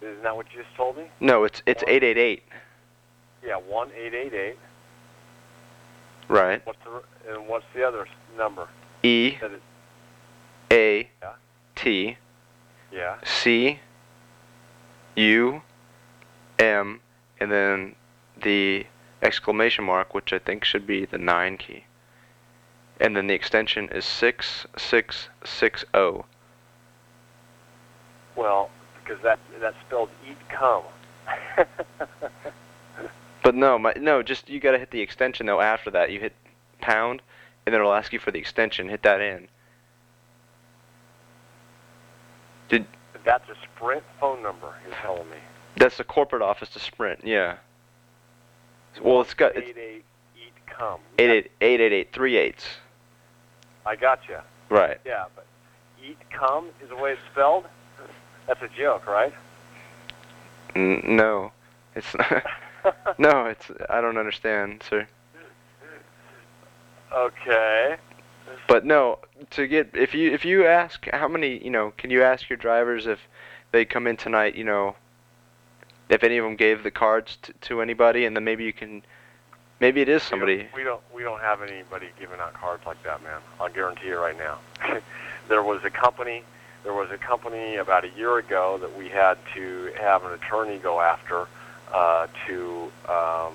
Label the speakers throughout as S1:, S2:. S1: Isn't that what you just told me?
S2: No, it's it's
S1: One.
S2: 888.
S1: Yeah, one eight eight eight.
S2: Right.
S1: What's the and what's the other number?
S2: E
S1: That it,
S2: A
S1: Yeah.
S2: T
S1: yeah.
S2: C U M and then the exclamation mark, which I think should be the 9 key. And then the extension is 6660.
S1: Well, because that that spelled eat cum.
S2: But no, my, no, just you gotta hit the extension though after that. You hit pound and then it'll ask you for the extension. Hit that in.
S1: That's a Sprint phone number. You're telling me.
S2: That's the corporate office to Sprint, yeah. Well, it's got it's
S1: eight eight eat cum.
S2: eight eight eight eight eight three eights.
S1: I got you.
S2: Right.
S1: Yeah, but eat cum is the way it's spelled. That's a joke, right?
S2: N- no, it's not. no, it's I don't understand, sir.
S1: okay.
S2: But no, to get if you if you ask how many you know, can you ask your drivers if they come in tonight, you know, if any of them gave the cards t- to anybody, and then maybe you can, maybe it is somebody.
S1: We don't, we don't have anybody giving out cards like that, man. I'll guarantee you right now. there was a company, there was a company about a year ago that we had to have an attorney go after uh, to um,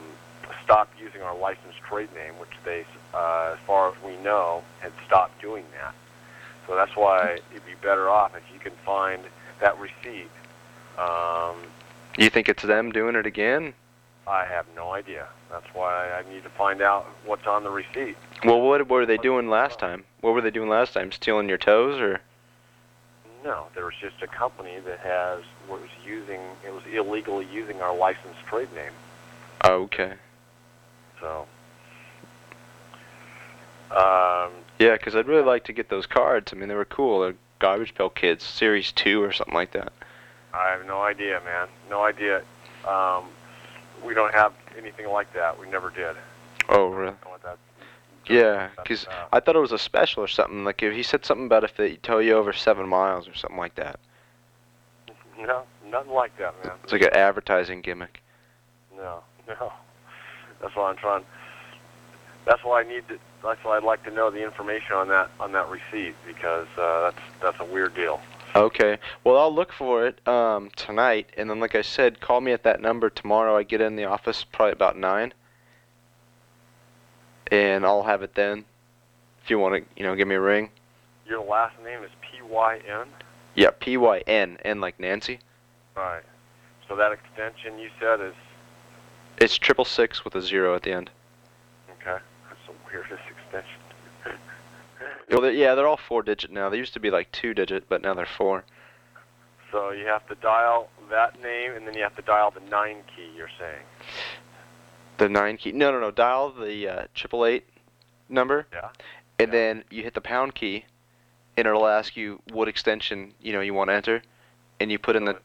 S1: stop using our licensed trade name, which they, uh, as far as we know, had stopped doing that. So that's why it'd be better off if you can find that receipt. Um,
S2: You think it's them doing it again?
S1: I have no idea. That's why I need to find out what's on the receipt.
S2: Well, what were they doing last time? What were they doing last time? Stealing your toes, or
S1: No, there was just a company that has was using it was illegally using our licensed trade name.
S2: oh, okay,
S1: So, um,
S2: yeah, because I'd really like to get those cards. I mean, they were cool. They're Garbage Pail Kids Series Two or something like that.
S1: I have no idea, man. No idea. Um, we don't have anything like that. We never did.
S2: Oh, really?
S1: I want that-
S2: Yeah,
S1: that,
S2: because
S1: uh,
S2: I thought it was a special or something. Like if he said something about if they tow you over seven miles or something like that.
S1: no, nothing like that, man.
S2: It's like an advertising gimmick.
S1: No, no. That's why I'm trying. That's why I need to. That's why I'd like to know the information on that on that receipt because uh, that's that's a weird deal.
S2: Okay, well I'll look for it um, tonight, and then like I said, call me at that number tomorrow. I get in the office probably about nine, and I'll have it then. If you want to, you know, give me a ring.
S1: Your last name is P Y N.
S2: Yeah, P Y N N like Nancy.
S1: Right. So that extension you said is
S2: It's triple six with a zero at the end.
S1: okay. That's the weirdest extension.
S2: Well, they yeah, they're all four digit now. They used to be like two digit, but now they're four.
S1: So you have to dial that name and then you have to dial the nine key. You're saying.
S2: The nine key. No, no, no. Dial the uh, triple eight number,
S1: Yeah.
S2: and
S1: Yeah.
S2: then you hit the pound key, and it'll ask you what extension you know you want to enter, and you put in the.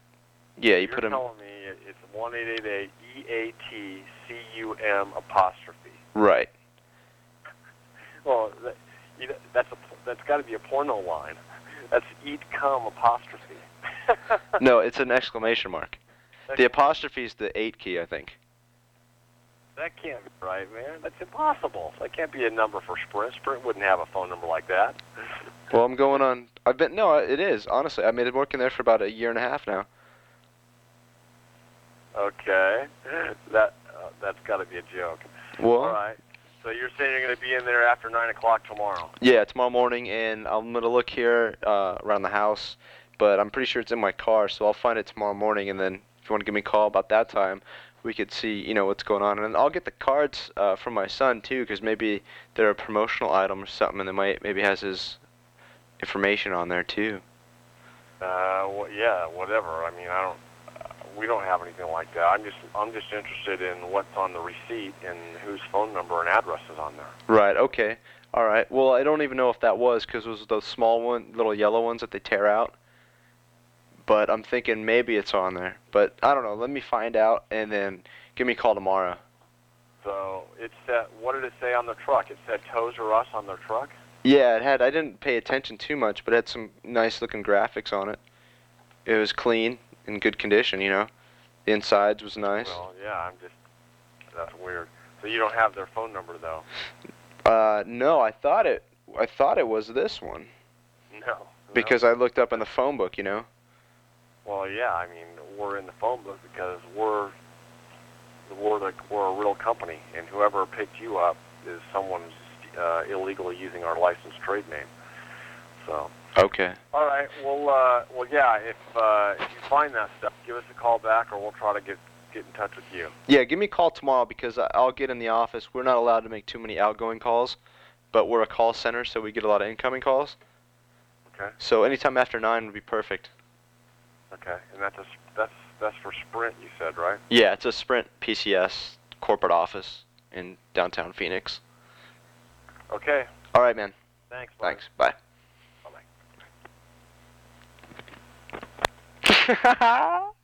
S2: Yeah, you
S1: are
S2: put in
S1: telling me it- it's one eight eight eight E A T C U M apostrophe.
S2: right.
S1: Well, that, you know, that's a that's got to be a porno line. That's eat cum apostrophe.
S2: No, it's an exclamation mark.
S1: that,
S2: The apostrophe is the eight key, I think.
S1: that can't be right, man. That's impossible. That can't be a number for Sprint. Sprint wouldn't have a phone number like that.
S2: Well, I'm going on. I've been no, it is honestly. I mean, I've been working there for about a year and a half now.
S1: Okay, that uh, that's got to be a joke.
S2: Well.
S1: All right. So you're saying you're going to be in there after nine o'clock tomorrow?
S2: Yeah, tomorrow morning, and I'm gonna look here uh, around the house, but I'm pretty sure it's in my car, so I'll find it tomorrow morning, and then if you want to give me a call about that time, we could see, you know, what's going on, and I'll get the cards uh, from my son too, because maybe they're a promotional item or something, and they might maybe has his information on there too.
S1: Uh, well, yeah, whatever. I mean, I don't. Uh, we don't have anything like that. I'm just I'm just interested in what's on the receipt and whose phone number and address is on there.
S2: Right. Okay. All right. Well, I don't even know if that was because it was those small one, little yellow ones that they tear out. But I'm thinking maybe it's on there. But I don't know. Let me find out and then give me a call tomorrow.
S1: So it said, what did it say on their truck? It said Toes R Us on their truck.
S2: Yeah, it had. I didn't pay attention too much, but it had some nice looking graphics on it. It was clean. in good condition. You know, the insides was nice.
S1: Well, yeah, I'm just that's weird. So you don't have their phone number though.
S2: Uh, no, I thought it. I thought it was this one
S1: No.
S2: because I looked up in the phone book. You know.
S1: Well, yeah, I mean, we're in the phone book because we're we're the, we're a real company, and whoever picked you up is someone who's, uh, illegally using our licensed trade name. So,
S2: Okay.
S1: all right, well, uh, well, yeah, if uh, if you find that stuff, give us a call back, or we'll try to get get in touch with you.
S2: Yeah, give me a call tomorrow because I- I'll get in the office. We're not allowed to make too many outgoing calls, but we're a call center, so we get a lot of incoming calls.
S1: Okay.
S2: So anytime after nine would be perfect.
S1: Okay, and that's a, s- that's that's for Sprint, you said, right?
S2: Yeah, it's a Sprint PCS corporate office in downtown Phoenix.
S1: Okay,
S2: All right, man.
S1: thanks. Bye.
S2: Thanks. Bye.
S1: Bye-bye.
S2: Bye.